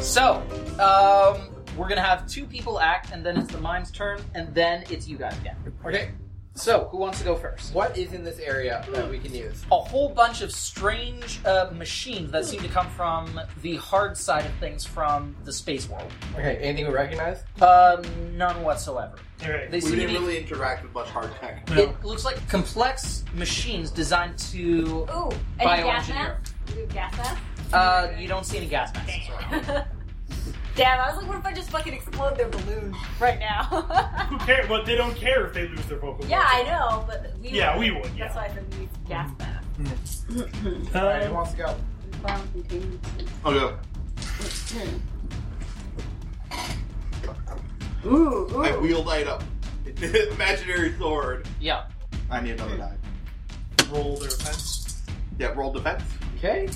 So, um, we're gonna have two people act, and then it's the mime's turn, and then it's you guys again. Okay. So, who wants to go first? What is in this area that we can use? A whole bunch of strange uh, machines that seem to come from the hard side of things from the space world. Okay. Anything we recognize? Um, none whatsoever. Alright. They We seem to didn't be. really interact with much hard tech. No. It looks like complex machines designed to. Ooh, any gas Bioengineer. mask? Ooh, gas mask? Uh, you don't see any gas masks. Damn. Damn, I was like, what if I just fucking explode their balloon right now? Who cares? Well, they don't care if they lose their vocal. yeah, I know, but we Yeah, would. we would, That's yeah. why I said we use gas mask. Alright, who Uh, wants to go? I'll go. Ooh, I Oh. ooh. wheel light up. Imaginary sword. Yeah. I need another die. roll their offense. Yeah, roll defense. Okay.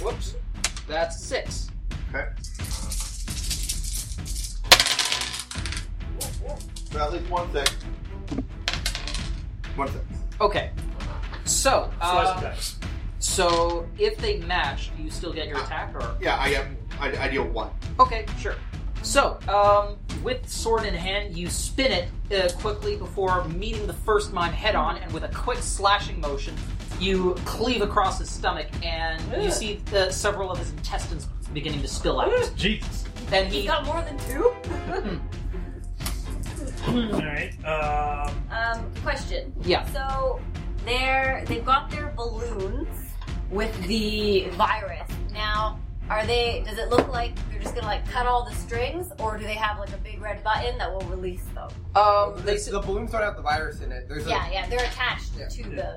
Whoops. That's six. Okay. So at least one six. One six. Okay. So, Slice of uh, dice. so if they match, do you still get your attack or? Yeah, I am. I, I deal one. Okay, sure. So, um, with sword in hand, you spin it uh, quickly before meeting the first mime head on, and with a quick slashing motion, you cleave across his stomach, and you Ugh. see uh, several of his intestines beginning to spill out. Jesus. And He's he, Hmm, got more than two? Alright. Um, Um, question. yeah, So they're they've got their balloons with the virus. Now, are they? Does it look like they're just gonna like cut all the strings, or do they have like a big red button that will release them? um, they, the, the balloons don't have the virus in it. There's Yeah, yeah, they're attached Yeah. to the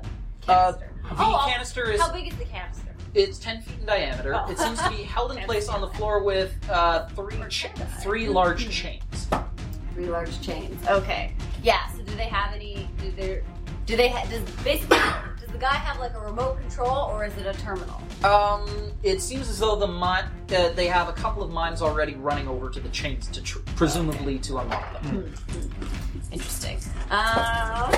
Uh, canister. the oh, I'll- canister is how big is the canister? It's ten feet in diameter. Oh. It seems to be held in place on the floor with uh, three cha- three large chains. Three large chains. Okay. Yeah. So do they have any? Do they? Do they? Ha- does basically does the guy have like a remote control, or is it a terminal? Um, it seems as though the mime uh, they have a couple of mimes already running over to the chains to tr- presumably to unlock them. Interesting. Um,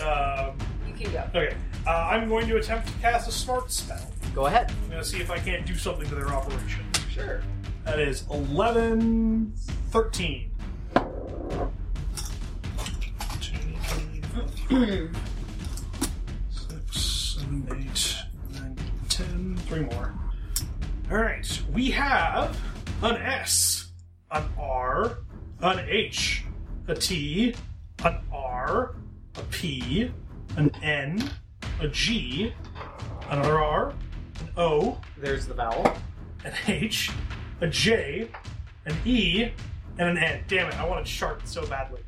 um, you can go. okay. Uh, I'm going to attempt to cast a smart spell. Go ahead. I'm going to see if I can't do something to their operation. Sure. That is 11, 13. Six, seven, eight, nine, ten. Three more. All right, we have an S, an R, an H, a T, an R, a P, an N, a G, another R, an O, There's the vowel. an H, a J, an E, and an N. Damn it, I wanted sharp so badly.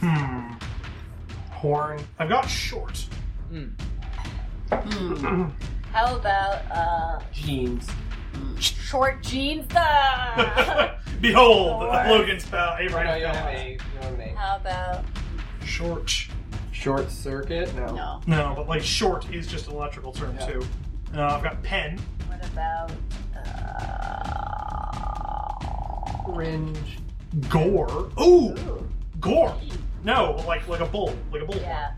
hmm. Horn. I've got short. Mm. How about uh, Jeans. short jeans? Ah! Behold, Horn. Logan's pal. Right, no, you Abraham. don't have Pal- any. You don't have any. How about Short. Short circuit? No. Uh. no? No, but like short is just an electrical term Yeah. too. Uh, I've got pen. What about uh, Fringe. Gore. Ooh, ooh, gore. No, but like like a bull, like a bull. yeah,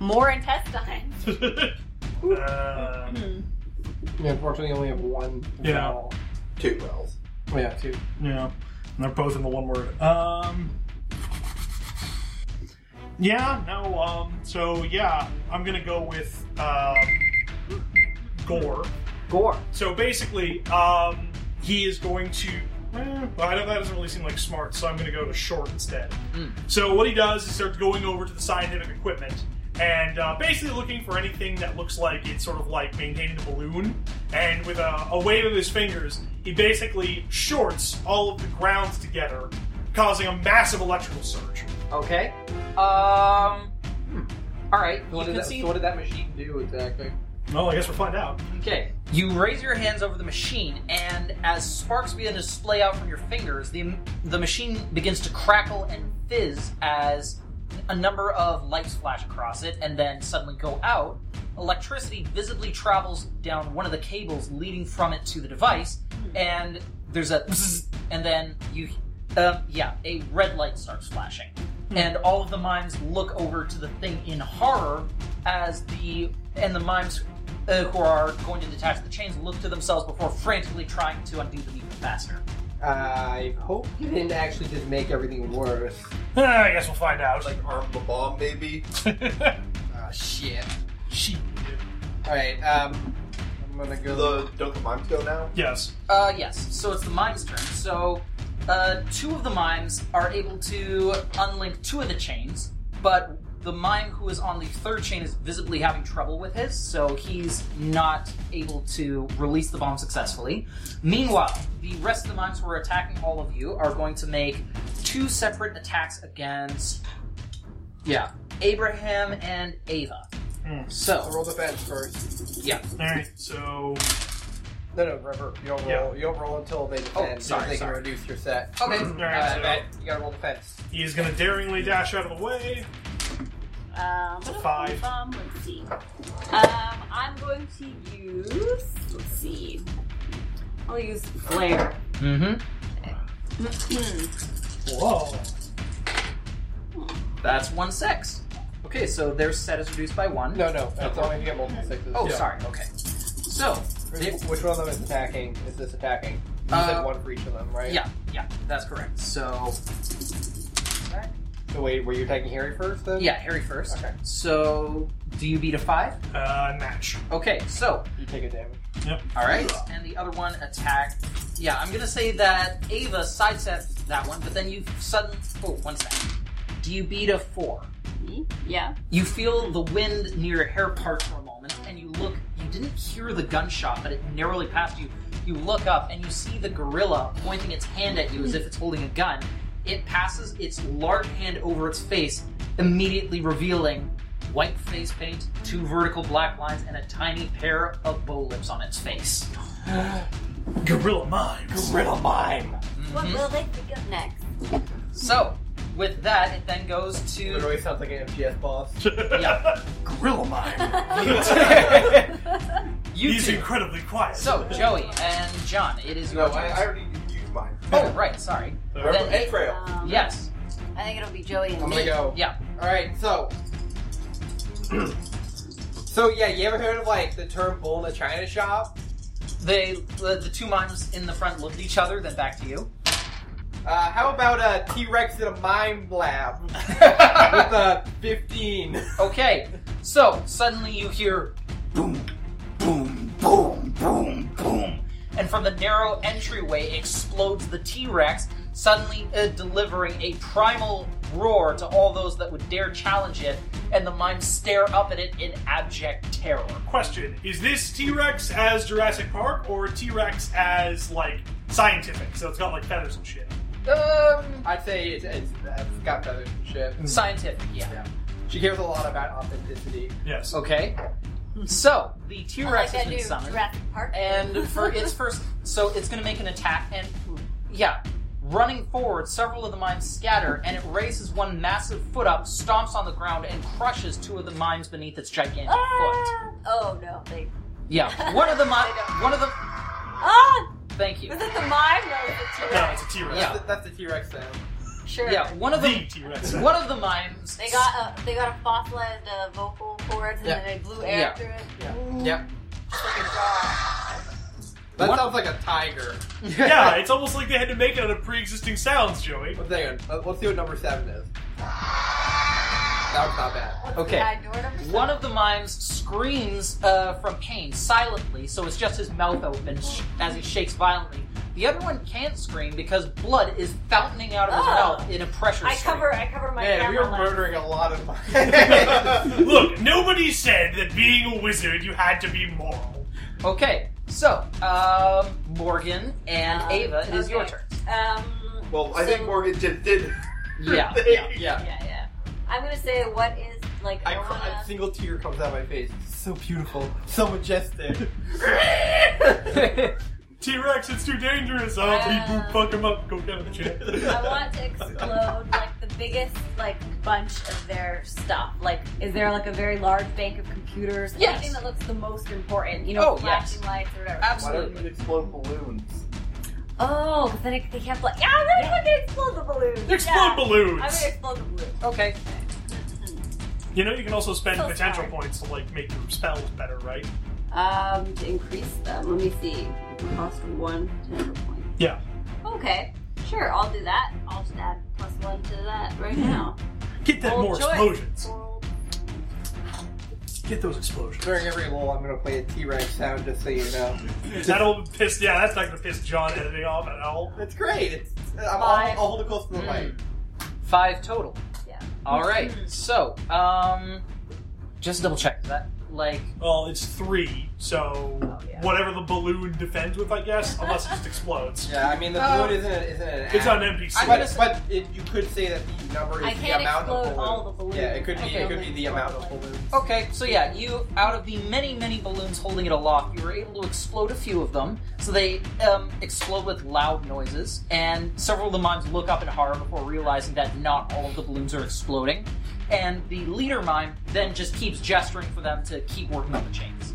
more intestines? uh, We unfortunately only have one Yeah. vowel. Two wells. Oh, yeah, two. Yeah, and they're both in the one word. Um. Yeah, no. Um. So yeah, I'm gonna go with um, Gore. Gore. So basically, um, he is going to. Eh, well, I know that doesn't really seem like smart, so I'm going to go to short instead. Mm. So what he does is starts going over to the scientific equipment and uh, basically looking for anything that looks like it's sort of like maintaining the balloon. And with a, a wave of his fingers, he basically shorts all of the grounds together, causing a massive electrical surge. Okay. Um. All right. So what, you can did that, see. so what did that machine do exactly? Well, I guess we'll find out. Okay. You raise your hands over the machine, and as sparks begin to splay out from your fingers, the the machine begins to crackle and fizz as a number of lights flash across it, and then suddenly go out. Electricity visibly travels down one of the cables leading from it to the device, and there's a bzzz, and then you, um, yeah, a red light starts flashing and all of the mimes look over to the thing in horror as the and the mimes uh, who are going to detach the chains look to themselves before frantically trying to undo them even faster. I hope you didn't actually just make everything worse. Ah, I guess we'll find out. Like arm the bomb, maybe. Oh, shit. she. Alright, um, I'm gonna go. The don't the mimes go now. Yes. Uh, yes. So it's the mime's turn. So, uh, two of the mimes are able to unlink two of the chains, but the mime who is on the third chain is visibly having trouble with his, so he's not able to release the bomb successfully. Meanwhile, the rest of the mimes who are attacking all of you are going to make two separate attacks against, yeah, Abraham and Ava. Hmm. I'll So, roll the fence first. yeah. All right. So No, no, River. You don't roll. Yeah. You don't roll until they Oh, defend. so sorry, they sorry. can reduce your set. Okay. Uh, Alright, so- Matt, you gotta roll the fence. he's gonna daringly dash out of the way. Um, a five. um, let's see. Um, I'm going to use. Let's see. I'll use flare. Mm-hmm. Hmm. Whoa. That's one six. Okay, so their set is reduced by one. No, no, that's only if you get multiple sixes. Oh, Yeah. sorry. Okay. So, they- Which, which one of them is attacking? Is this attacking? You Uh, said one for each of them, right? yeah, yeah, that's correct. So, So wait, were you attacking Harry first then? yeah, Harry first. Okay. So, do you beat a five? Uh, match. Okay. So, You take a damage. all right, and the other one attacked. Yeah, I'm gonna say that Ava sidesteps that one, but then you sudden. Oh, one second. Do you beat a four? Yeah. You feel the wind near your hair part for a moment, and you look. You didn't hear the gunshot, but it narrowly passed you. You look up, and you see the gorilla pointing its hand at you as if it's holding a gun. It passes its large hand over its face, immediately revealing white face paint, two vertical black lines, and a tiny pair of bow lips on its face. Gorilla mimes. Riddle mime. What will they think of next? Mm-hmm. So, with that, it then goes to. Literally sounds like an MGS boss. Yeah. Gorilla mime. You he's two. incredibly quiet. So, Joey and John, it is No, your I, turn. I already used mine. Oh, right, sorry. Remember, Then- and trail. Um, Yes. I think it'll be Joey and I'm gonna me. go. Yeah. All right, so. so yeah, you ever heard of like the term "bull in a china shop"? They the, the two mimes in the front look at each other, then back to you. Uh, how about a T Rex in a mime lab with a fifteen? Okay. So suddenly you hear boom, boom, boom, boom, boom, and from the narrow entryway explodes the T-Rex, suddenly uh, delivering a primal roar to all those that would dare challenge it, and the mimes stare up at it in abject terror. Question: Is this T Rex as Jurassic Park or T Rex as like scientific? So it's got like feathers and shit. Um, I'd say it's, it's, it's got feathers and shit. scientific, yeah. Yeah. She cares a lot about authenticity. Yes. Okay. So the I T-Rex like that has new been summoned. Jurassic Park. and for its first so it's going to make an attack and yeah running forward several of the mimes scatter and it raises one massive foot up stomps on the ground and crushes two of the mimes beneath its gigantic foot Ah! Oh no! They. yeah one of the mime one of the Ah! thank you Was it the mime? No, it was the No, T-Rex. it's a T Rex. Yeah. That's the, that's the T Rex sound. Sure. yeah one of The the T Rex. one of the mimes They got a they got a fossilized uh, vocal cords and Yeah. then they blew air Yeah. through it. Yep. That sounds like a tiger. Yeah, it's almost like they had to make it out of pre-existing sounds, Joey. Well, hang on. Let- uh, Let's see what number seven is. That was not bad. okay Yeah, door number one of the mimes screams uh, from pain silently, so it's just his mouth open sh- as he shakes violently. The other one can't scream because blood is fountaining out of his Oh. mouth in a pressure I stream. cover I cover my Man, we camera were lens. murdering a lot of. Look, nobody said that being a wizard you had to be moral. Okay, so um, Morgan and Um, Ava, it is your okay. turn. Um, Well, I think so- Morgan just did. Yeah, yeah. her thing. yeah. Yeah, yeah. I'm gonna say what is like I I cry, wanna- a single tear comes out of my face. So beautiful, so majestic. T-Rex, it's too dangerous. I'll Uh, be boop, fuck him up, go down the chair. I want to explode like the biggest like bunch of their stuff. Like, is there like a very large bank of computers? Yes. Anything that looks the most important, you know, Oh, yes. flashing lights or whatever. Why don't absolutely. you explode balloons? oh, but then it, they can't like. Yeah, I really Yeah. want to explode the balloon. Explode yeah. balloons. I'm gonna explode the balloon. Okay, You know, you can also spend So potential smart. points to like make your spells better, right? um, to increase them. Let me see. It cost one temper point. Yeah. Okay, sure, I'll do that. I'll just add plus one to that right now. Get that Bold more choice. explosions. Bold. Get those explosions. During every lull, I'm gonna play a T-Rex sound just so you know. That'll piss. Yeah, that's not gonna piss John editing off at all. It's great. It's, I'm, I'll, Five. I'll hold it close to the light. Hmm. Hmm. Five total. Yeah. All right. So, um, just double check that. Like, Well, it's three, so Oh, yeah. whatever the balloon defends with, I guess, unless it just explodes. Yeah, I mean the Oh. Um, balloon isn't a, isn't an. It's app, on NPC. I'm But, gonna- but it, you could say that the number is I the can't amount explode of balloons. all the balloons. Oh. Yeah, it could be. Okay. It could be the amount of balloons. okay. So yeah, you out of the many many balloons holding it aloft, you were able to explode a few of them. So they um, explode with loud noises, and several of the mimes look up in horror before realizing that not all of the balloons are exploding. And the leader mime then just keeps gesturing for them to keep working on the chains.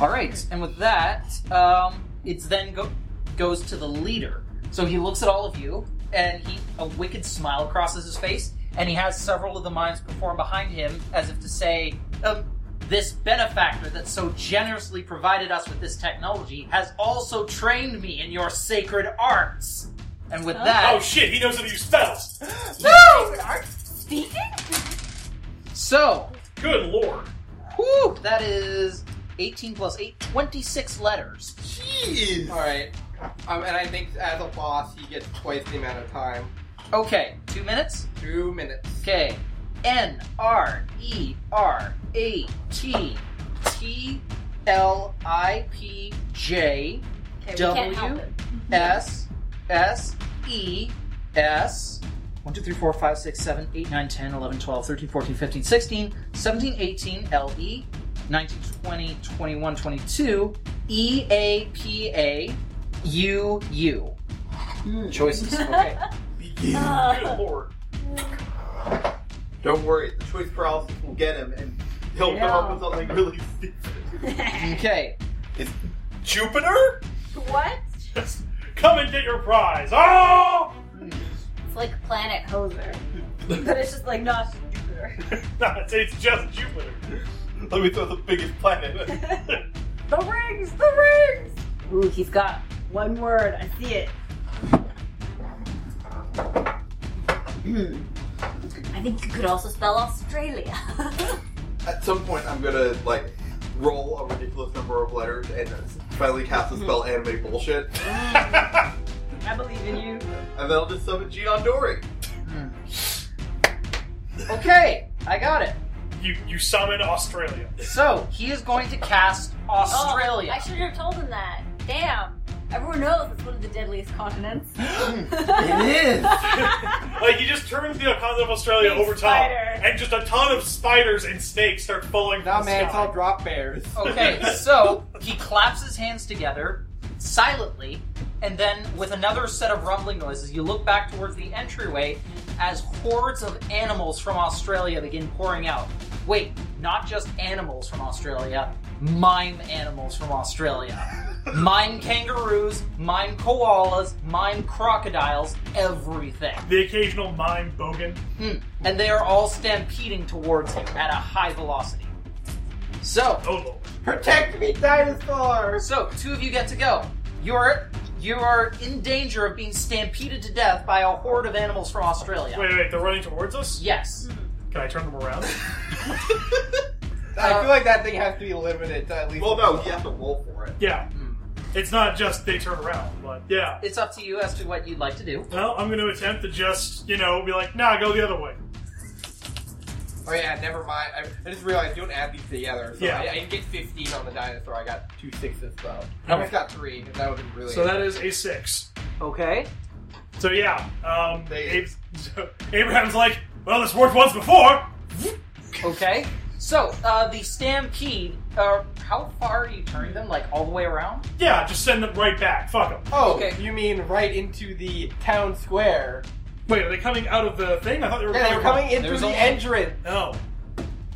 All right, and with that, um, it's then go- goes to the leader. So he looks at all of you, and he a wicked smile crosses his face, and he has several of the mimes perform behind him, as if to say, um, "This benefactor that so generously provided us with this technology has also trained me in your sacred arts." And with that, oh shit, he knows how to use spells. Favorite art? Speaking? so Good lord. whew, that is 18 plus 8, 26 letters. Jeez. All right, um, and I think as a boss, he gets twice the amount of time. Okay, two minutes. Two minutes. Okay. N R E R A T T L I P J Okay, we W can't help it. S S E S 1, 2, 3, 4, 5, 6, 7, 8, 9, 10, 11, 12, 13, 14, 15, 16, 17, 18, L E 19, 20, 21, 22, E A P A U U. Choices. Okay. Uh. Good lord. Don't worry, the choice paralysis will get him, and he'll come up with something really stupid. Okay. It's Jupiter? what? Just come and get your prize. Oh! It's like Planet Hoser. but it's just like not Jupiter. No, it's, it's just Jupiter. Let me throw the biggest planet. The rings! The rings! Ooh, he's got one word. I see it. Hmm. I think you could also spell Australia. At some point, I'm gonna like roll a ridiculous number of letters and finally cast a spell anime bullshit, I believe in you. and then I'll just summon Gion Dory. Okay. I got it. you you summon Australia. So he is going to cast Oh, I Australia. should have told him that. Damn. Everyone knows it's one of the deadliest continents. It is. Like you just turn the continent of Australia Big over top, spider. and just a ton of spiders and snakes start falling Nah, from the man, it's sky. all drop bears. okay, so he claps his hands together silently, and then with another set of rumbling noises, you look back towards the entryway as hordes of animals from Australia begin pouring out. Wait, not just animals from Australia, mime animals from Australia. mime kangaroos, mime koalas, mime crocodiles, everything. the occasional mime bogan. Hmm. And they are all stampeding towards you at a high velocity. So, Oh lord. Protect me, dinosaurs! so two of you get to go. You are you are in danger of being stampeded to death by a horde of animals from Australia. Wait, wait, wait, they're running towards us? Yes. Can I turn them around? I feel like that thing has to be limited to at least. well, no, you have to roll for it. Yeah. Hmm. It's not just they turn around, but yeah. It's up to you as to what you'd like to do. Well, I'm going to attempt to just, you know, be like, nah, go the other way. Oh yeah, never mind. I, I just realized you don't add these together. So Yeah. I, I didn't get 15 on the dinosaur. I got two sixes though. I almost got three. If that would have been really. So that is a six. Okay. So yeah, um, They- Ab- so Abraham's like, well, this worked once before. Okay. So uh, the stampede. Uh, how far are you turning them? Like all the way around? Yeah, just send them right back. Fuck them. Oh, Okay. you mean right into the town square? Wait, are they coming out of the thing? I thought they were Yeah, they're coming in through There's the only- entrance. No.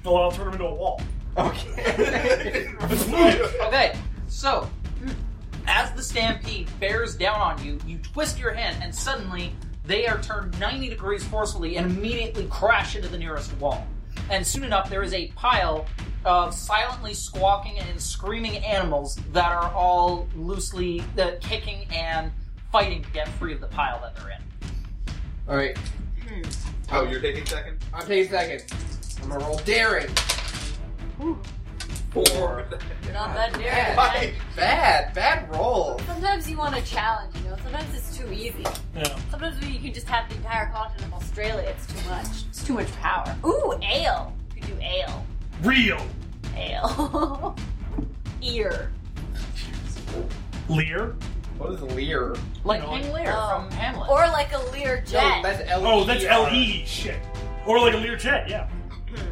Well, Oh, I'll turn them into a wall. Okay. Let's move. Okay. So as the stampede bears down on you, you twist your hand, and suddenly they are turned 90 degrees forcefully and immediately crash into the nearest wall. And soon enough, there is a pile of silently squawking and screaming animals that are all loosely uh, kicking and fighting to get free of the pile that they're in. All right, Oh, you're taking second? I'm taking second. I'm gonna roll daring. Four. Not that daring. Bad, man. bad, bad roll. Sometimes you want to challenge, you know. Sometimes it's too easy. Yeah. Sometimes when you can just have the entire continent of Australia. It's too much. It's too much power. Ooh, ale. You could do ale. Real. Ale. Ear. Lear. What is leer? Like You know, King Lear Oh. from Hamlet. Or like a Lear No, jet. that's L. E Oh, that's L-E. Shit. Or like a Lear jet, yeah.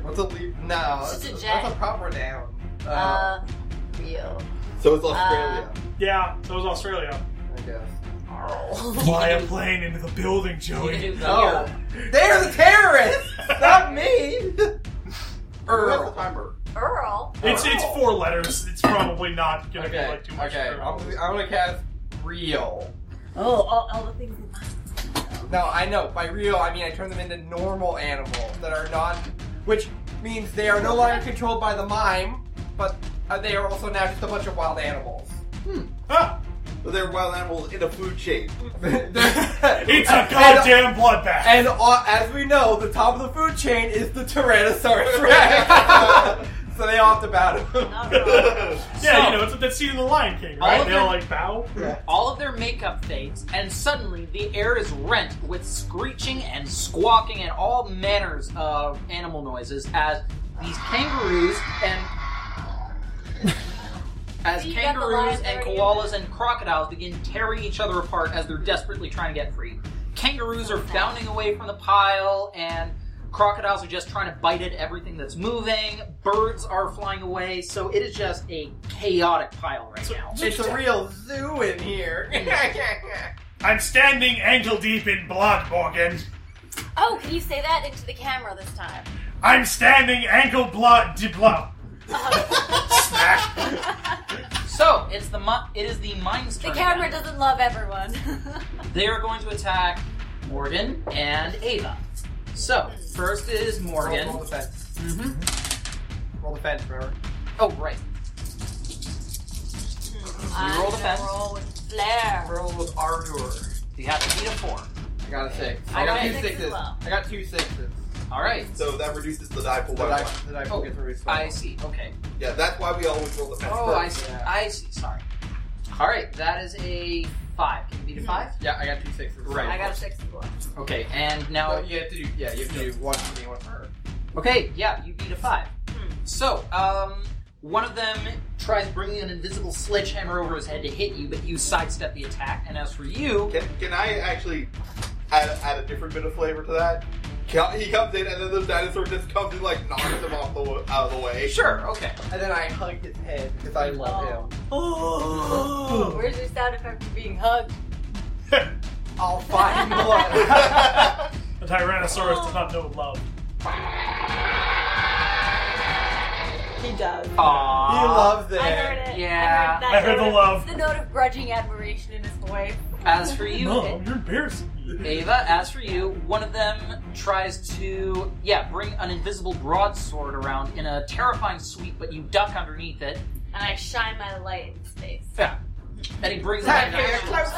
What's a leer? No, It's just a that's- jet. That's a proper noun. Uh, uh, real. So it's Australia, Yeah, that was Australia. I guess. Fly a plane into the building, Joey. No, they're the terrorists, not me. Where's the Earl. timer? Earl. It's it's four letters. It's probably not gonna be Okay, like too much. okay. I'm, trouble. I'm gonna cast real. Oh, all, all the things. No, I know. By real, I mean I turn them into normal animals that are not, which means they are no longer controlled by the mime, but uh, they are also now just a bunch of wild animals. Ah, So they're wild animals in a food chain. it's it's a goddamn bloodbath. And uh, as we know, the top of the food chain is the Tyrannosaurus Rex. so they all have to battle. Not wrong. That's Yeah, you know, it's that scene in The Lion King, All right? of They all them- like bow. All of their makeup fades, and suddenly the air is rent with screeching and squawking and all manners of animal noises as these kangaroos and as You got the kangaroos lion and already in koalas and crocodiles begin tearing each other apart as they're desperately trying to get free. Kangaroos are bounding away from the pile, and crocodiles are just trying to bite at everything that's moving. Birds are flying away, so it is just a chaotic pile right now. it's a real zoo in here. I'm standing ankle deep in blood, Morgan. Oh, can you say that into the camera this time? I'm standing ankle blood deep blood. Uh, Smack. So it's the mi- it is the mine's The turn camera now. doesn't love everyone. They are going to attack Morgan and Ava. So first is roll, Morgan. roll the fence. hmm Roll the fence, remember? Oh right. I'm roll the gonna fence. Roll with flair. Roll with ardor. You have to beat a four. I got a six. I got two a six as well. I got two sixes. All right. So that reduces the die pool Did by I, one. did I Oh, get the result? I see. Okay. Yeah, that's why we always roll the fence Oh, first. I see. I see. Sorry. All right. That is a five. Can you Mm-hmm. beat a five? Yeah, I got two sixes. Right. I got a six as well. Okay. And So now. you have to do, yeah, you have to do one for me, one for her. Okay. Yeah. You beat a five. Hmm. So um. One of them tries bringing an invisible sledgehammer over his head to hit you, but you sidestep the attack. And as for you, Can, can I actually add, add a different bit of flavor to that? Ca- He comes in, and then the dinosaur just comes and like knocks him off the wa- out of the way. sure, okay. And then I hugged his head because I love him. Oh. Where's your sound effect for being hugged? I'll find one. The Tyrannosaurus does not know love. He does. he Aww. loves it. I heard it. Oh, Yeah. I I heard, that heard note the of- love. The note of grudging admiration in his voice. As for you, No, you're embarrassing me. Ava, as for you, one of them tries to, yeah, bring an invisible broadsword around in a terrifying sweep, but you duck underneath it. And I shine my light in space. Yeah. And he brings it Time for your back down. close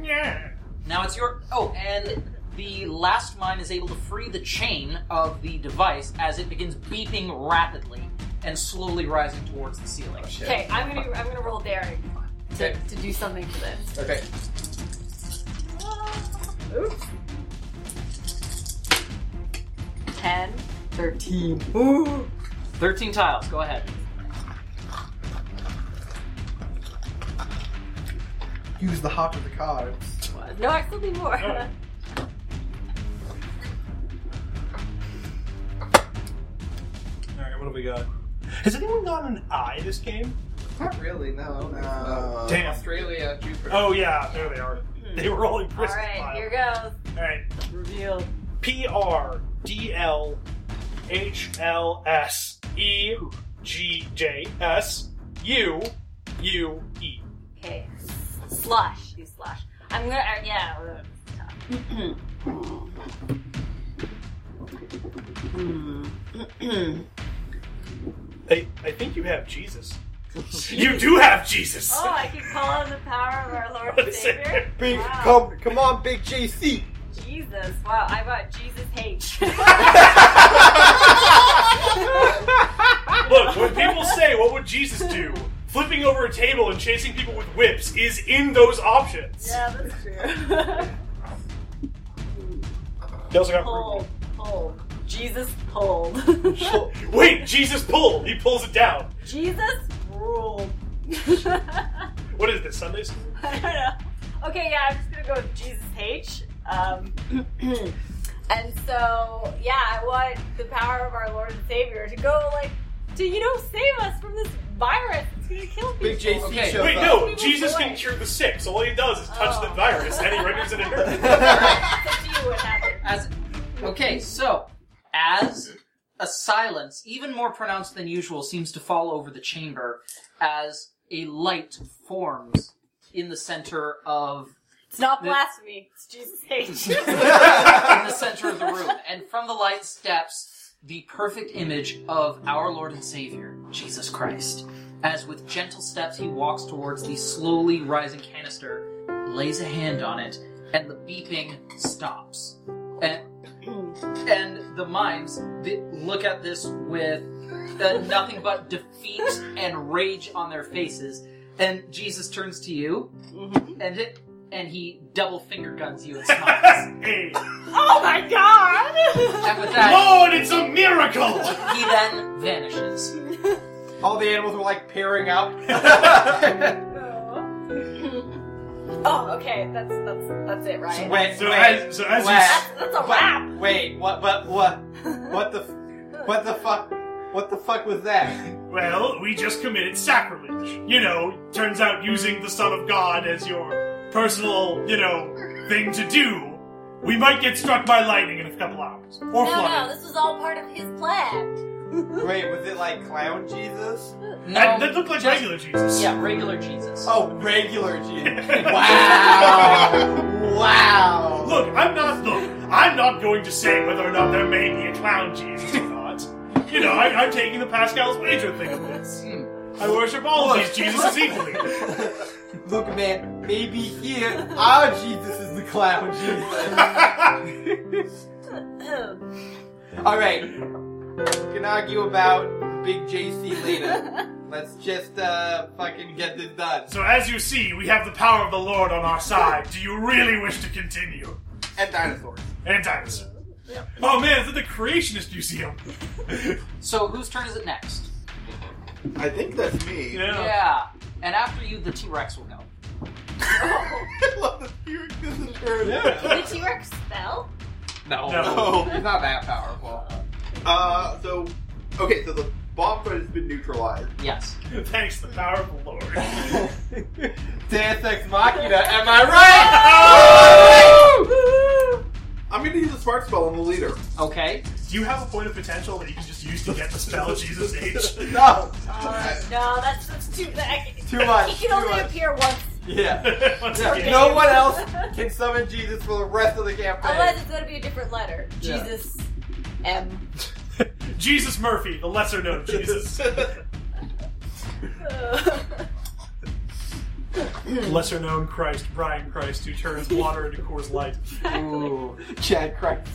up. Yeah. Now it's your. Oh, and the last mine is able to free the chain of the device as it begins beeping rapidly and slowly rising towards the ceiling. Okay, I'm gonna I'm gonna roll daring to, Okay. to do something to this. okay. Oops. Ten. Team. Ooh. 13 tiles, go ahead. Use the hop of the cards. No, I still need more. Oh. Alright, what have we got? Has anyone gotten an eye this game? Not really, no. Uh, Damn. Australia, Jupiter. Oh, yeah, there they are. They were all in All prison. right, here goes. Alright. Reveal. P R D L H L S E G J S U U E. Okay. Slush. You slush. I'm gonna. Uh, yeah. uh, it's tough. Hmm. I, I think you have Jesus. you do have Jesus. Oh, I can call on the power of our Lord and Savior. Big, Wow. come, come on, big JC. Jesus, wow, I got Jesus H. Look, when people say, "What would Jesus do?" Flipping over a table and chasing people with whips is in those options. yeah, that's true. They also got pulled, pulled. Jesus pulled. Wait, Jesus pulled. He pulls it down. Jesus ruled. What is this Sunday school? I don't know. Okay, yeah, I'm just gonna go with Jesus H. Um, and so, yeah, I want the power of our Lord and Savior to go, like, to, you know, save us from this virus. It's gonna kill people. Big JC Okay. shows Wait, up. no. People Jesus play. can cure the sick, so all he does is touch the Oh. virus and he renders it inert. Except to you, what happened? As okay, so as a silence, even more pronounced than usual, seems to fall over the chamber as a light forms in the center of It's not blasphemy. It's Jesus H. in the center of the room, and from the light steps the perfect image of our Lord and Savior, Jesus Christ. As with gentle steps he walks towards the slowly rising canister, lays a hand on it, and the beeping stops. And, and the mimes th- look at this with uh, nothing but defeat and rage on their faces. And Jesus turns to you, and it, and he double finger guns you and smiles. hey, oh my god! And with that, Lord, it's a miracle. he then vanishes. All the animals were like pairing out. oh, okay, that's that's that's it, right? wait, So wait, as so as you wait, s- That's a wrap. wait, what, what, what, what the, f- what the fuck, what the fuck was that? well, we just committed sacrilege. You know, turns out using the Son of God as your personal, you know, thing to do. We might get struck by lightning in a couple hours, or No, no, flooded. this was all part of his plan. Wait, was it like clown Jesus? No, That, that looked like just- regular Jesus. Yeah, regular Jesus. Oh, regular Jesus. wow. wow. Look, I'm not. Look, I'm not going to say whether or not there may be a clown Jesus or not. You know, I, I'm taking the Pascal's wager thing of this. Hmm. I worship all of these Jesuses equally. Look, man, maybe here our Jesus is the clown Jesus. All right, we can argue about Big JC later. Let's just uh fucking get this done. So, as you see, we have the power of the Lord on our side. Do you really wish to continue? and dinosaurs. And dinosaur. Oh man, it's at the Creationist Museum. So whose turn is it next? I think that's me. Yeah. Yeah. And after you, the T Rex will go. I love that you're this is true. Did he work spell? No, No. he's not that powerful. Oh. Uh, so okay, so the bomb threat has been neutralized. Yes. Thanks, to the power of the Lord. Deus Ex Machina, am I right? I'm gonna use a smart spell on the leader. Okay. Do you have a point of potential that you can just use to get the spell Jesus H? No, Uh, no, that's, that's too. That, too much. he too can only much. appear once Yeah. Once Yeah, again. No one else can summon Jesus for the rest of the unless campaign. it's going to be a different letter. Yeah. Jesus M. Jesus Murphy, the lesser known Jesus. lesser known Christ, Brian Christ, who turns water into Coors Light. Ooh, Chad Christ.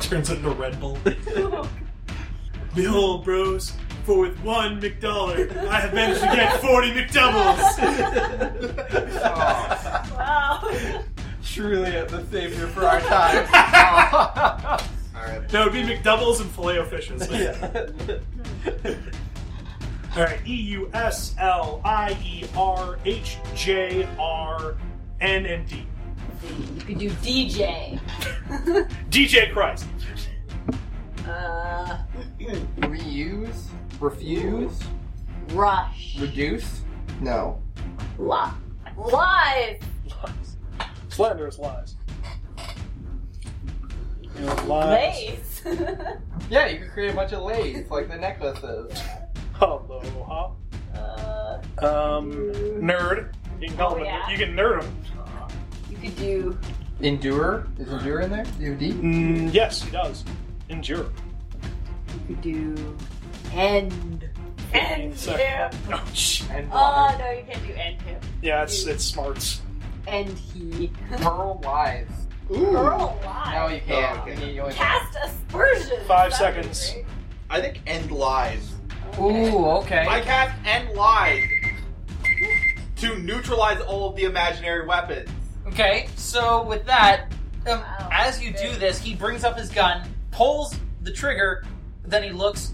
Turns it into Red Bull. Behold, bros, for with one McDollar, I have managed to get 40 McDoubles! wow. Truly Oh, the savior for our time. Alright. That would be McDoubles and filet fishes. Alright, E U S L I E R H J R N and D. You could do DJ. DJ Christ. Uh, Reuse? Refuse? rush. Reduce? No. Li- live. Slanderous lies. You know, Place. Yeah, you could create a bunch of lays, like the necklaces. Aloha. uh, Um, nerd. You can call Oh, him. a- yeah. You can nerd him. you could do Endure? Is Endure in there? UD? Mm, yes, he does. Endure. You could do end. End So- him. Oh, sh- And Oh no, you can't do end him. yeah, it's it's smarts. End he. Pearl Wise. Girl No, alive. you can't. Oh, okay. You- you only- Cast aspersions. Five That would be seconds. great. I think end lies. Ooh, okay. I cast end lies to neutralize all of the imaginary weapons. Okay, so with that, um, Wow. as you do this, he brings up his gun, pulls the trigger, then he looks,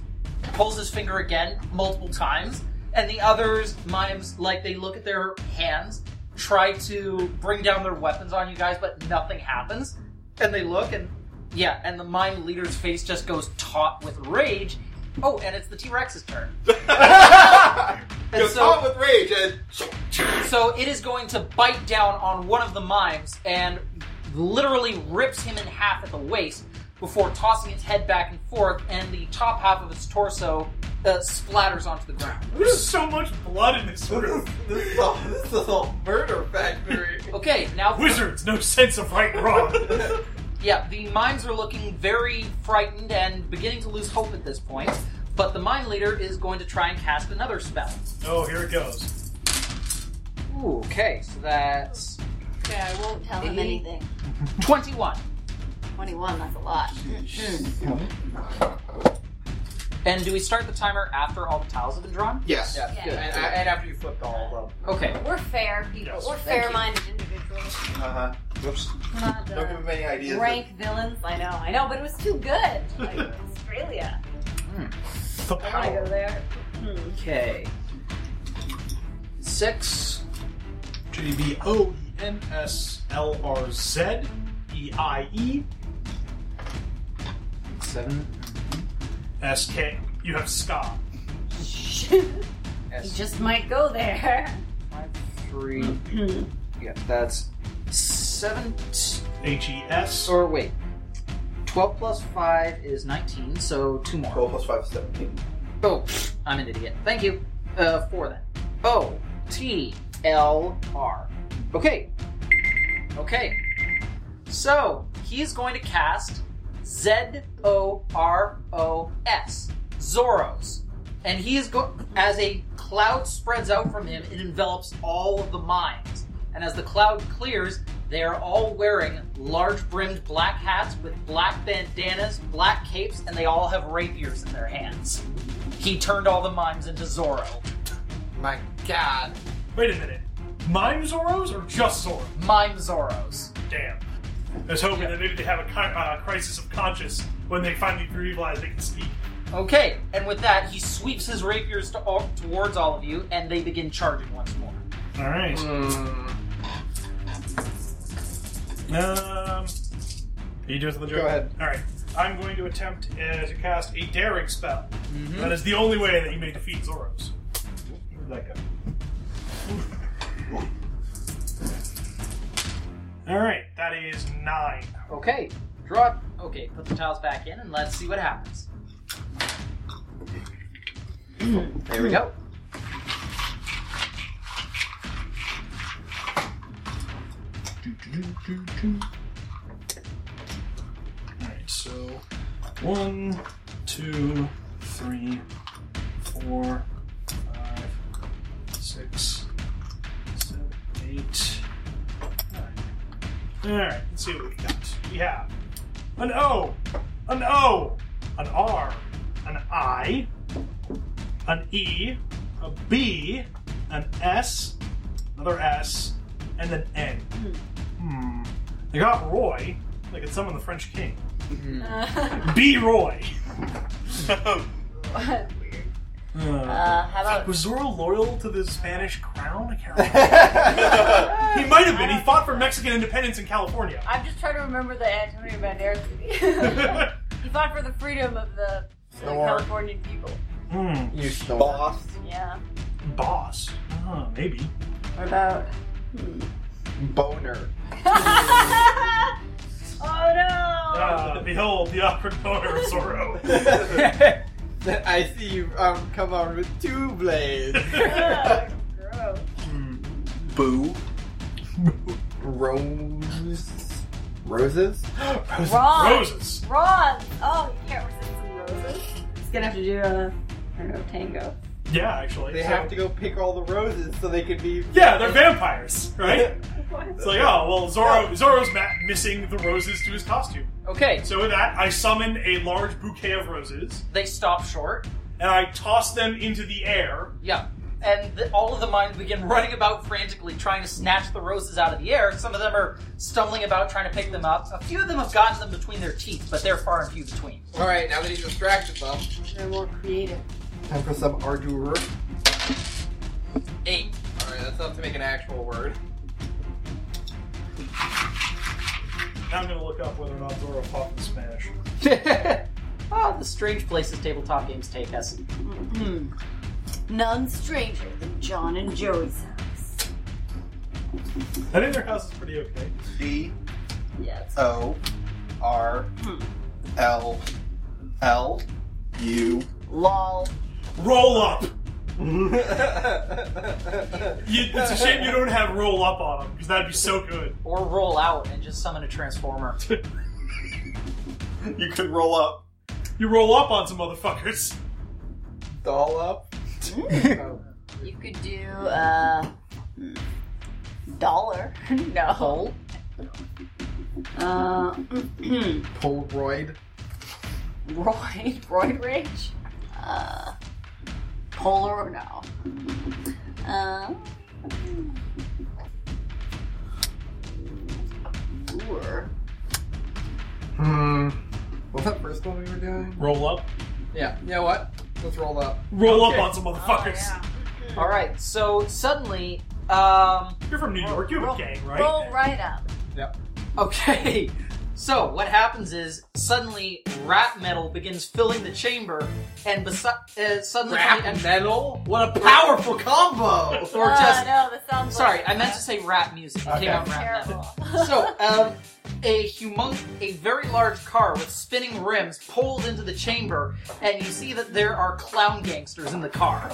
pulls his finger again multiple times, and the others mimes like they look at their hands, try to bring down their weapons on you guys, but nothing happens. And they look, and yeah, and the mime leader's face just goes taut with rage. Oh, and it's the T Rex's turn. Just so- so, with rage and So it is going to bite down on one of the mimes and literally rips him in half at the waist before tossing its head back and forth, and the top half of its torso uh, splatters onto the ground. There's so much blood in this room. this, is a, this is a murder factory. Okay, now Wizards, no sense of right and wrong. yeah, the mimes are looking very frightened and beginning to lose hope at this point. But the mime leader is going to try and cast another spell. oh, here it goes. Ooh, okay, so that's Okay, I won't tell him Eight. anything. twenty-one. 21, that's a lot. Mm-hmm. And do we start the timer after all the tiles have been drawn? yes. Yeah, Yeah. And, and after you flipped all of them. Okay. We're fair people. Yes, We're thank you. fair-minded individuals. Uh huh. Whoops. We're not Don't give the him any ideas. rank villains. I know, I know, but it was too good. Like, Australia. Oh The I want to go power. there. Hmm. Okay. Six. J B O E N S L R Z E I E Seven. S K. You have Ska. He just might go there. Uh, Five, three. yeah, that's seven. H E S. Or wait. 12 plus 5 is 19, so two more. Twelve plus five is seventeen. Oh, pfft, I'm an idiot. Thank you. Uh, four then. O T L R. Okay. Okay. So he's going to cast Z O R O S Zoros, and he is go as a cloud spreads out from him. It envelops all of the mines, and as the cloud clears, they are all wearing large-brimmed black hats with black bandanas, black capes, and they all have rapiers in their hands. He turned all the mimes into Zorro. My god. Wait a minute. Mime Zoros or just Zoros? Mime Zorros. Damn. I was hoping that maybe they have a con- uh, crisis of conscience when they finally realize they can speak. Okay, and with that, he sweeps his rapiers to all, towards all of you, and they begin charging once more. All right. Hmm. Um, you do it to the joke. Go ahead. All right. I'm going to attempt uh, to cast a daring spell. That is the only way that you may defeat Zoros. Where'd that go? All right. That is nine. Okay, draw. it. Okay, put the tiles back in, and let's see what happens. there we go. All right. So one, two, three, four, five, six, seven, eight, nine. All right. Let's see what we got. We have an O, an O, an R, an I, an E, a B, an S, another S, and an N. Hmm. They got Roy. Like it's someone the French king. B. Roy. Uh, Uh, how about was Zorro loyal to the Spanish crown? I can't remember. he might have been. He fought for Mexican independence in California. I'm just trying to remember the Antonio Banderas movie. Hmm, he fought for the freedom of the Southern Sure. Californian people. Hmm. You snore. Boss. Yeah. Boss. Uh, maybe. What about? hmm. Boner. oh no! Ah, behold the awkward boner of Zorro. I see you um, come on with two blades. Ugh, Hmm. gross. Boo. Rose. Roses? Wrong. Roses. Wrong. Oh, you can't resist some roses. It's gonna have to do a, I don't know, tango. Yeah, actually. They So- have to go pick all the roses so they can be. Yeah, they're vampires, right? What? It's like, oh well, Zorro Zorro's ma- missing the roses to his costume. Okay, So with that, I summon a large bouquet of roses they stop short. and I toss them into the air. Yeah. And th all of the mines begin running about frantically, trying to snatch the roses out of the air. Some of them are stumbling about, trying to pick them up. A few of them have gotten them between their teeth, but they're far and few between. All right, now that he's distracted them, They're more creative. time for some ardurer. Eight. All right, that's not to make an actual word. Now I'm gonna look up whether or not Zorro fought in Spanish. Ah, the strange places tabletop games take us. Hmm. None stranger than John and Joey's house. I think their house is pretty okay. D Yes. O R L L U. Lol. Roll up. That's You, it's a shame you don't have roll up on them because that'd be so good. Or roll out and just summon a transformer. You can roll up. You roll up on some motherfuckers. all up. Oh. You could do uh dollar. no. Hole. Uh Polaroid. Roy Roy Rage. Uh Polar no. Uh Lure. Hmm. What's that first one we were doing? Roll up. Yeah. You know what? Let's roll up. Roll Okay. up on some motherfuckers. Oh, Hmm. All right. So suddenly, um, You're from New York. You have Roll- a gang, right? Roll Oh, right up. okay. So what happens is suddenly rap metal begins filling the chamber, and besi- uh, suddenly from the Rap en- metal. What a powerful combo. or Uh, just no, that sounds Sorry, like- I meant to say rap music. It Okay. came out rap metal. terrible. So, um, a humong- a very large car with spinning rims pulled into the chamber, and you see that there are clown gangsters in the car.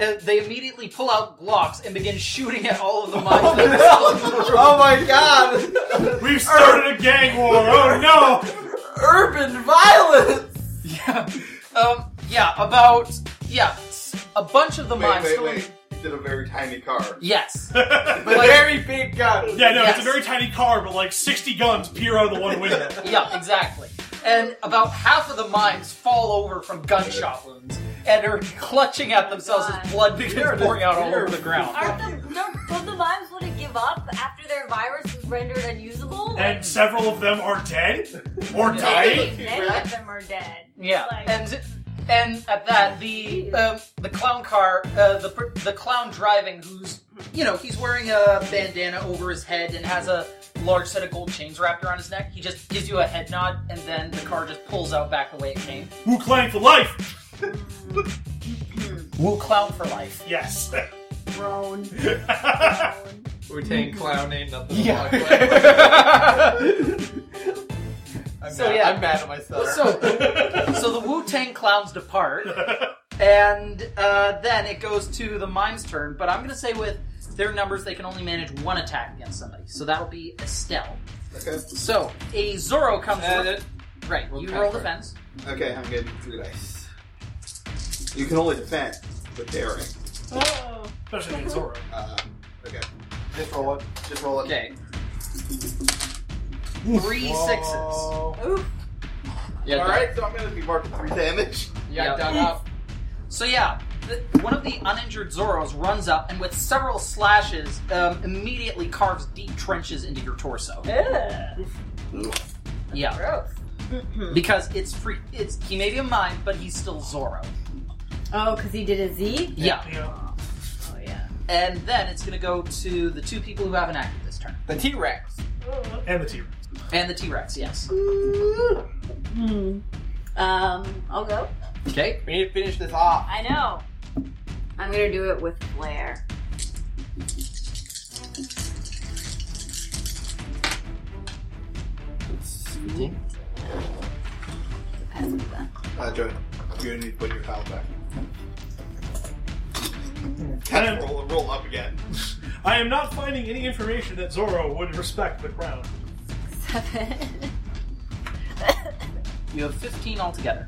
And they immediately pull out blocks and begin shooting at all of the mines. oh my god. We've started a gang war. Oh no! Urban violence. yeah, um, yeah, about yeah, s- a bunch of the Wait, mines. wait, still- wait. You did a very tiny car. Yes. But very big gun. Yeah, no, Yes. it's a very tiny car, but like 60 guns peer out of the one window. Yeah, exactly. And about half of the mines fall over from gunshot wounds and are clutching at themselves as blood begins pouring out all over the ground. Aren't the, don't, don't the vibes want to give up after their virus is rendered unusable? Like, And several of them are dead or Many, dying. many of them are dead. Yeah, Like- and and at that the um, the clown car, uh, the per- the clown driving, who's you know he's wearing a bandana over his head and has a large set of gold chains wrapped around his neck. He just gives you a head nod, and then the car just pulls out back the way it came. Wu Clan for life. Wu clown for life. Yes. grown. Wu Tang Clown ain't nothing. Yeah. I'm So, mad. yeah. I'm mad at myself. So so the Wu Tang clowns depart. And uh, then it goes to the mime's turn, but I'm going to say with their numbers, they can only manage one attack against somebody. So that'll be Estelle. Okay. So a Zorro comes. Uh, ro- that- right, you Okay. roll defense. Okay, I'm getting two dice. You can only defend with daring. Especially in Zorro. Uh, okay. Just roll it. Just roll it. Okay. Three sixes. Oof. Yeah. All right, so I'm gonna be marked three damage. Yeah, Yeah. done up. So yeah, the, one of the uninjured Zorros runs up and with several slashes, um, immediately carves deep trenches into your torso. Ugh. Yeah. Gross. Because it's free. It's he may be a mime, but he's still Zorro. Oh, because he did a Z? Yeah. Yeah. Oh, yeah. And then it's going to go to the two people who haven't acted this turn. The T Rex. And the team. And the T Rex, yes. Uh, Hmm. Um, I'll go. Okay. We need to finish this off. I know. I'm gonna do it with flair. Depends on that. Uh, Joey, you need to put your towel back. Ten. roll, roll up again. I am not finding any information that Zorro would respect the crown. seven. You have 15 altogether.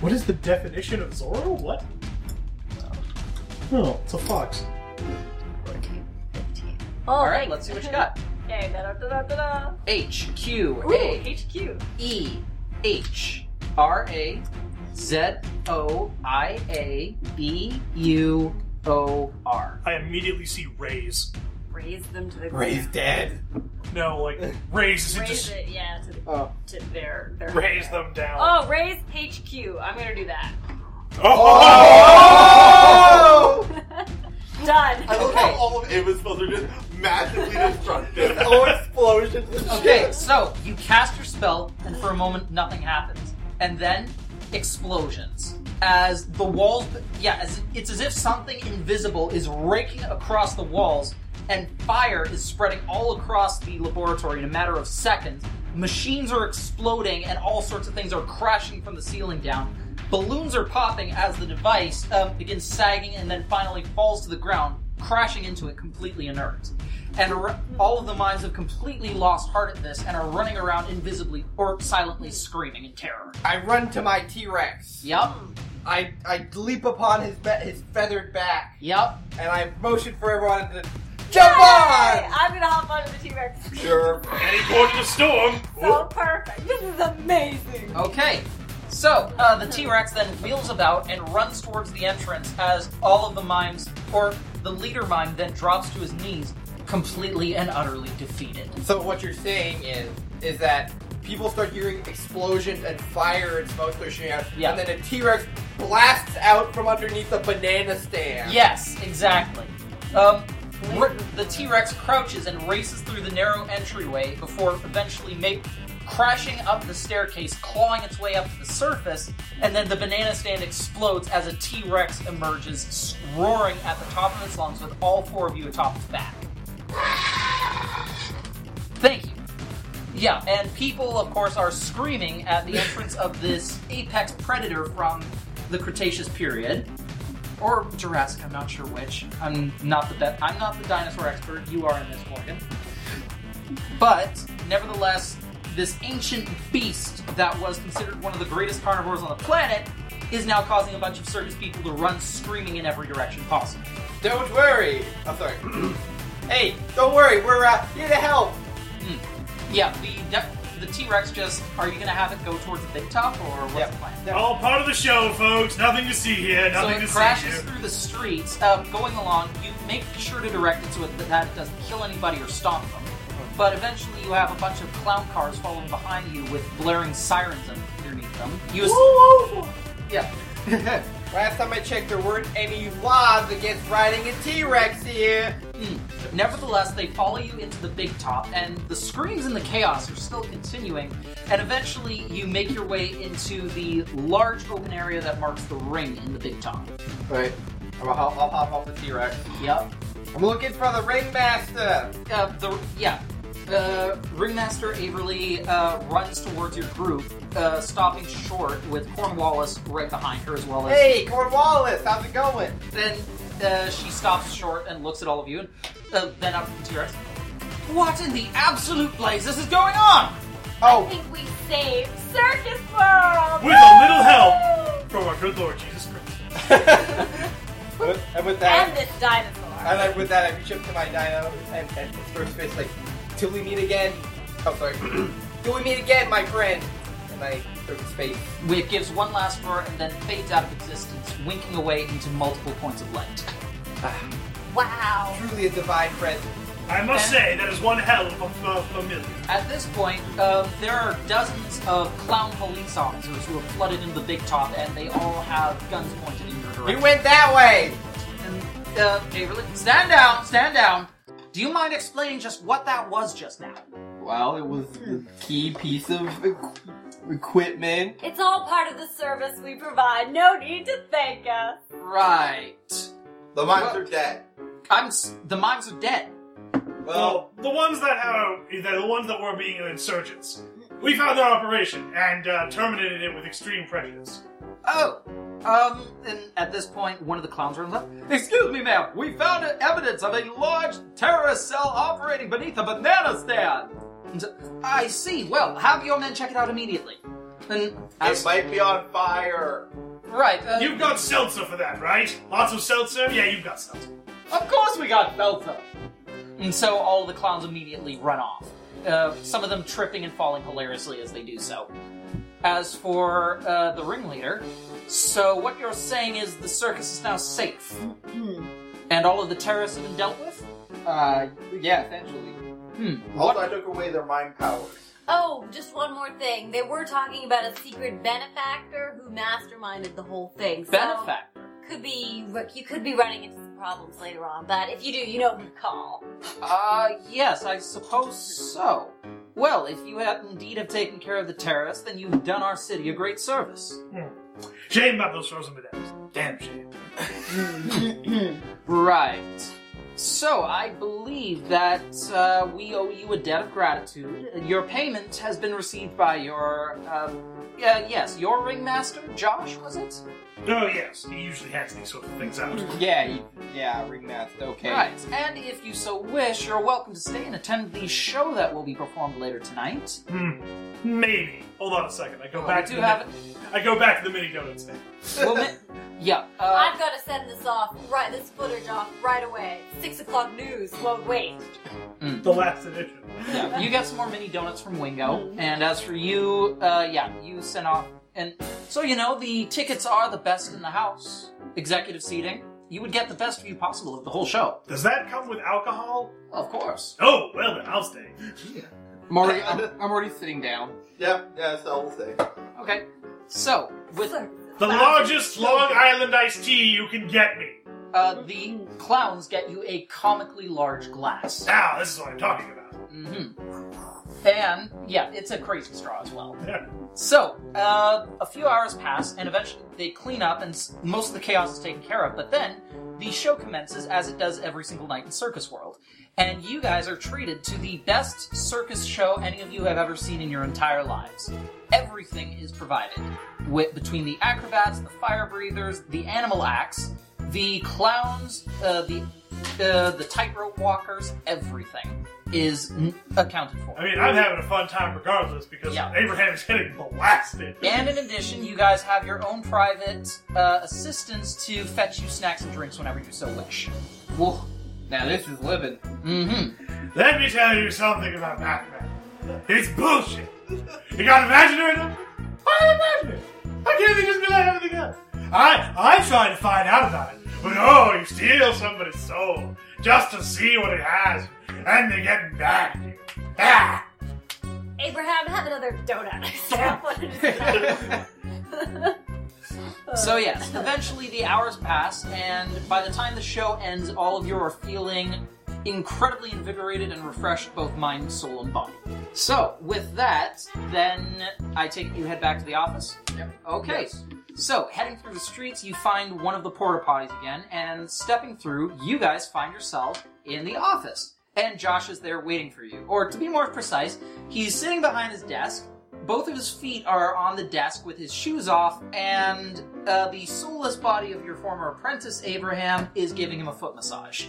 What is the definition of Zoro? What? Oh, it's a fox. 14, 15. Oh, All right, let's see what you got. Okay, da da da da da. H Q Ooh, A HQ. E H R A Z O I A B U O R. I immediately see rays. Raise them to the ground. Ray's dead. No, like rays is it Raise just it, yeah, to, the, Oh. to their, their. raise them down. Oh, raise HQ. I'm gonna do that. Oh. Oh! Oh! Done. I love Okay. how all of Ava's spells are just massively destructive. Oh, explosions. and Okay, shit. so you cast your spell, and for a moment, nothing happens, and then explosions. As the walls, yeah, as it's as if something invisible is raking across the walls, and fire is spreading all across the laboratory in a matter of seconds. Machines are exploding, and all sorts of things are crashing from the ceiling down. Balloons are popping as the device uh, begins sagging and then finally falls to the ground, crashing into it completely inert and r- all of the minds have completely lost heart at this and are running around invisibly or silently screaming in terror. I run to my T Rex. Yep, I, I leap upon his be- his feathered back, yep. and I motion for everyone to jump Yay! on. I'm gonna hop onto the T-Rex. Sure. Any point of the storm. So perfect. This is amazing. Okay, so uh, the T Rex then wheels about and runs towards the entrance as all of the mimes, or the leader mime, then drops to his knees, completely and utterly defeated. So what you're saying is is that people start hearing explosions and fire and smoke start shooting out, Yeah. and then a T Rex blasts out from underneath the banana stand. Yes, exactly. Um, r- the T Rex crouches and races through the narrow entryway before eventually make crashing up the staircase, clawing its way up to the surface, and then the banana stand explodes as a T Rex emerges, s- roaring at the top of its lungs with all four of you atop its back. Thank you. Yeah, and people, of course, are screaming at the entrance of this apex predator from the Cretaceous period or Jurassic. I'm not sure which. I'm not the be- I'm not the dinosaur expert. You are in this, Morgan. But nevertheless, this ancient beast that was considered one of the greatest carnivores on the planet is now causing a bunch of circus people to run screaming in every direction possible. Don't worry. I'm sorry. hey, don't worry. We're uh, here to help. Yeah, the de- the T Rex just. Are you going to have it go towards the big top, or what's Yep. the plan? All part of the show, folks. Nothing to see here. So Nothing it to see crashes here. through the streets. Um, going along, you make sure to direct it so it, that it doesn't kill anybody or stomp them. But eventually, you have a bunch of clown cars following behind you with blaring sirens underneath them. You ass- yeah, Last time I checked, there weren't any laws against riding a T Rex here. Nevertheless, they follow you into the big top, and the screams and the chaos are still continuing. And eventually, you make your way into the large open area that marks the ring in the big top. Right. I'll, hop- I'll hop off the T Rex. Yep. I'm looking for the ringmaster. Uh, the yeah. Uh, Ringmaster Averly uh, runs towards your group, uh, stopping short with Cornwallis right behind her as well as. Hey, Cornwallis, how's it going? Then uh, she stops short and looks at all of you, and uh, then up to your. What in the absolute blazes is going on? I Oh, think we saved Circus World. With a little help Oh, from our good Lord Jesus Christ. with- and with that, And this dinosaur. and I, with that, I reach up to my dino and, and throw space like, till we meet again. Oh, sorry. till we meet again, my friend. And I throw the space. It gives one last roar and then fades out of existence, winking away into multiple points of light. Wow. Truly a divine presence. I must say, that is one hell of a, a familiar. At this point, um, there are dozens of clown police officers who have flooded into the big top, and they all have guns pointed in your direction. You went that way. And, uh, Averly, stand down, stand down. Do you mind explaining just what that was just now? Well, it was the key piece of equipment. It's all part of the service we provide. No need to thank us. Right. The mimes are dead. I'm. s- The mimes are dead. Well, the ones that have, that are the ones that were being insurgents. We found their operation and uh, terminated it with extreme prejudice. Oh! Um, and at this point, one of the clowns runs up. Excuse me, ma'am, we found evidence of a large terrorist cell operating beneath a banana stand! And so, I see, well, have your men check it out immediately. And It as, might be on fire. right, uh, You've got seltzer for that, right? Lots of seltzer? Yeah, you've got seltzer. of course we got Belter! And so all the clowns immediately run off, uh, some of them tripping and falling hilariously as they do so. As for uh, the ringleader, so what you're saying is the circus is now safe. And all of the terrorists have been dealt with? Uh, yeah, essentially. Hmm. Also, I took away their mind powers. Oh, just one more thing. They were talking about a secret benefactor who masterminded the whole thing. So Benefactor. could be you could be running into some problems later on, but if you do, you know who to call. Uh, yes, I suppose so. Well, if you have indeed have taken care of the terrorists, then you've done our city a great service. Shame about those frozen bananas. Damn shame. Right. So, I believe that uh, we owe you a debt of gratitude. Your payment has been received by your, uh, yeah, yes, your ringmaster, Josh, was it? Oh, yes, he usually hands these sort of things out. Yeah, you- yeah, ringmaster. Okay. Right. And if you so wish, you're welcome to stay and attend the show that will be performed later tonight. Hmm. Maybe. Hold on a second. I go Oh, back we to do the have I go back to the mini donuts thing. Well, ma- yeah. Uh, I've got to send this off right this footage off right away. Six o'clock news won't wait. The last edition. yeah, you get some more mini donuts from Wingo, and as for you, uh, yeah, you sent off. And so you know, the tickets are the best in the house. Executive seating, you would get the best view possible of the whole show. Does that come with alcohol? Of course. Oh, well then, I'll stay. I'm already, I'm, I'm already sitting down. Yep, yeah, that's the whole thing. Okay. So with The largest Long Island iced tea you can get me. uh, the clowns, get you a comically large glass. Now, this is what I'm talking about. Mm-hmm. And yeah, it's a crazy straw as well. Yeah. So, uh, a few hours pass, and eventually they clean up, and s- most of the chaos is taken care of. But then the show commences, as it does every single night in Circus World. And you guys are treated to the best circus show any of you have ever seen in your entire lives. Everything is provided with, between the acrobats, the fire breathers, the animal acts, the clowns, uh, the uh, the tightrope walkers. Everything is n- accounted for. I mean, I'm having a fun time regardless because Yeah. Abraham is getting blasted. And in addition, you guys have your own private uh, assistants to fetch you snacks and drinks whenever you so wish. Whoa. Now this is living. Mm-hmm. Let me tell you something about Batman. It's bullshit. You got imaginary numbers? I imagine it. Why can't they just be like everything else? I I tried to find out about it, but oh, you steal somebody's soul just to see what it has, and they get mad at you. Ah! Abraham, have another donut. I wanted to say. So yes, eventually the hours pass, and by the time the show ends, all of you are feeling incredibly invigorated and refreshed, both mind, soul, and body. So with that, then I take it you head back to the office. Yep. Okay. So, heading through the streets, you find one of the porta potties again, and stepping through, you guys find yourself in the office. And Josh is there waiting for you. Or, to be more precise, he's sitting behind his desk. Both of his feet are on the desk with his shoes off, and uh, the soulless body of your former apprentice, Abraham, is giving him a foot massage.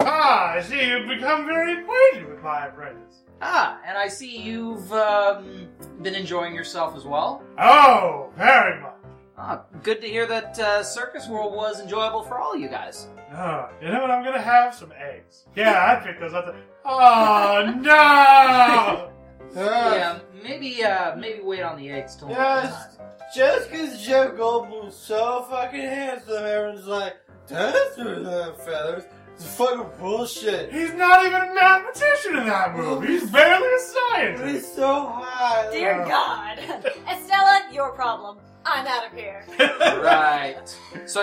Ah, I see you've become very acquainted with my apprentice. Ah, and I see you've um, been enjoying yourself as well. Oh, very much. Ah, good to hear that uh, Circus World was enjoyable for all you guys. Oh, you know what? I'm gonna have some eggs. Yeah, I picked those up. Oh no! Yeah, maybe uh, maybe wait on the eggs till next time. Yes. Just because Jeff Goldblum's so fucking handsome, everyone's like, that's through the feathers. It's fucking bullshit. He's not even a mathematician in that movie. He's barely a scientist. It's so high. Dear God, Estella, your problem. I'm out of here. Right. So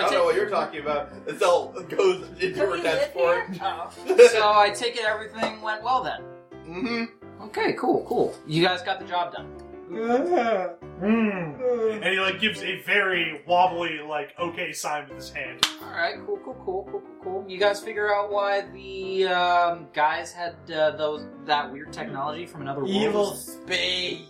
Oh. I I don't know take what you're talking about. It's all goes into Don't her you desk live for here? Oh. it. so I take it everything went well then. Mm-hmm. Okay, cool, cool. You guys got the job done. Hmm. And he like gives a very wobbly like okay sign with his hand. All right, cool, cool, cool, cool, cool, cool. You guys figure out why the um, guys had uh, those that weird technology from another world? Mm-hmm. Evil space.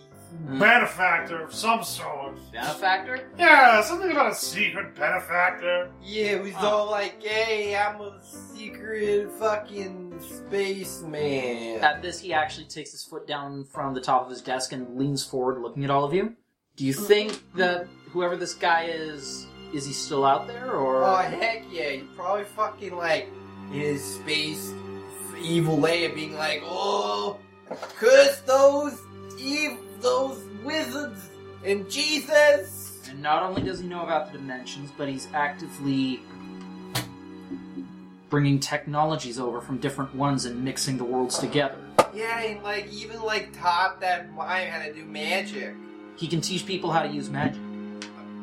Benefactor of some sort. benefactor. Yeah, something about a secret benefactor. Yeah, we was Oh. all like, hey, I'm a secret fucking spaceman. At this, he actually takes his foot down from the top of his desk and leans forward, looking at all of you. Do you Mm. think that whoever this guy is is he still out there, or Oh heck yeah! He's probably fucking like in his space evil lair, being like, "Oh, curse those ev- those wizards and Jesus." And not only does he know about the dimensions, but he's actively bringing technologies over from different ones and mixing the worlds together. Yeah, and like even like taught that mime how to do magic. He can teach people how to use magic.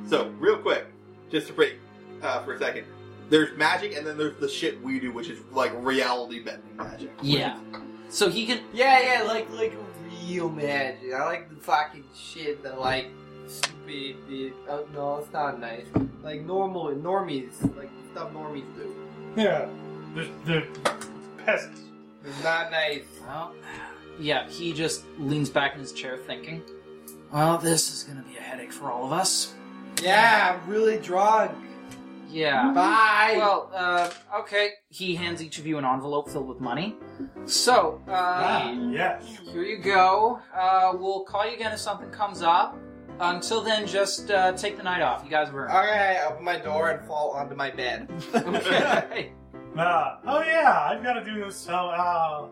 So, real quick, just to break uh, for a second. There's magic, and then there's the shit we do, which is like reality bending magic. Yeah. So he can. Yeah, yeah, like like real magic. I like the fucking shit that like stupid. The, oh no, it's not nice. Like normal normies, like stuff normies do. Yeah. The the peasants. It's not nice. Well, yeah, he just leans back in his chair thinking, well, this is gonna be a headache for all of us. Yeah, I'm really drunk. Yeah. Bye. Mm-hmm. Well, uh, okay. He hands each of you an envelope filled with money. So, uh. Ah, Yes. Here you go. Uh, we'll call you again if something comes up. Until then, just uh, take the night off. You guys were. Okay, I open my door and fall onto my bed. Okay. Uh, oh yeah, I've got to do this. So, uh,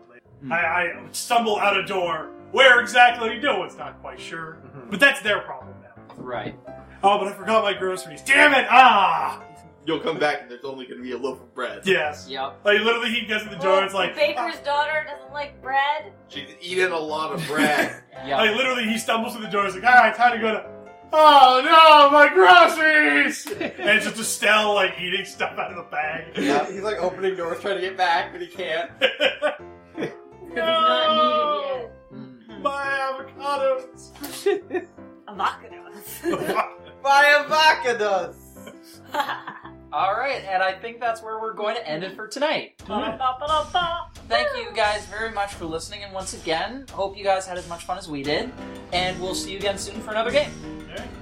I, I stumble out a door. Where exactly? No one's not quite sure. But that's their problem now. right. Oh, but I forgot my groceries. Damn it! Ah, You'll come back, and there's only going to be a loaf of bread. yes. Yep. Like literally, he gets to the door. It's like, baker's daughter doesn't like bread. She's eating a lot of bread. Yep. ah. like literally, he stumbles to the door. It's like, ah, time to go to. Oh no, my groceries! and it's just Estelle like eating stuff out of the bag. Yeah, he's like opening doors trying to get back, but he can't. Because he's not needed yet. Mm. My avocados. Avocados. Buy avocados. All right, and I think that's where we're going to end it for tonight. Ba-da-ba-ba-da-ba. Thank you guys very much for listening, and once again, hope you guys had as much fun as we did. And we'll see you again soon for another game.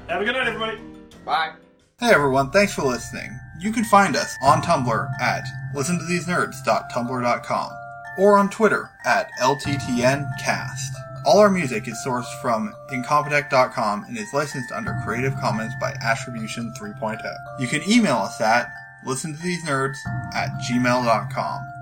Have a good night, everybody. Bye. Hey everyone, thanks for listening. You can find us on Tumblr at listentothesenerds.tumblr.com or on Twitter at LTTNcast. All our music is sourced from incompetech.com and is licensed under Creative Commons by oh. Attribution 3.0. You can email us at listentothesenerds at gmail.com.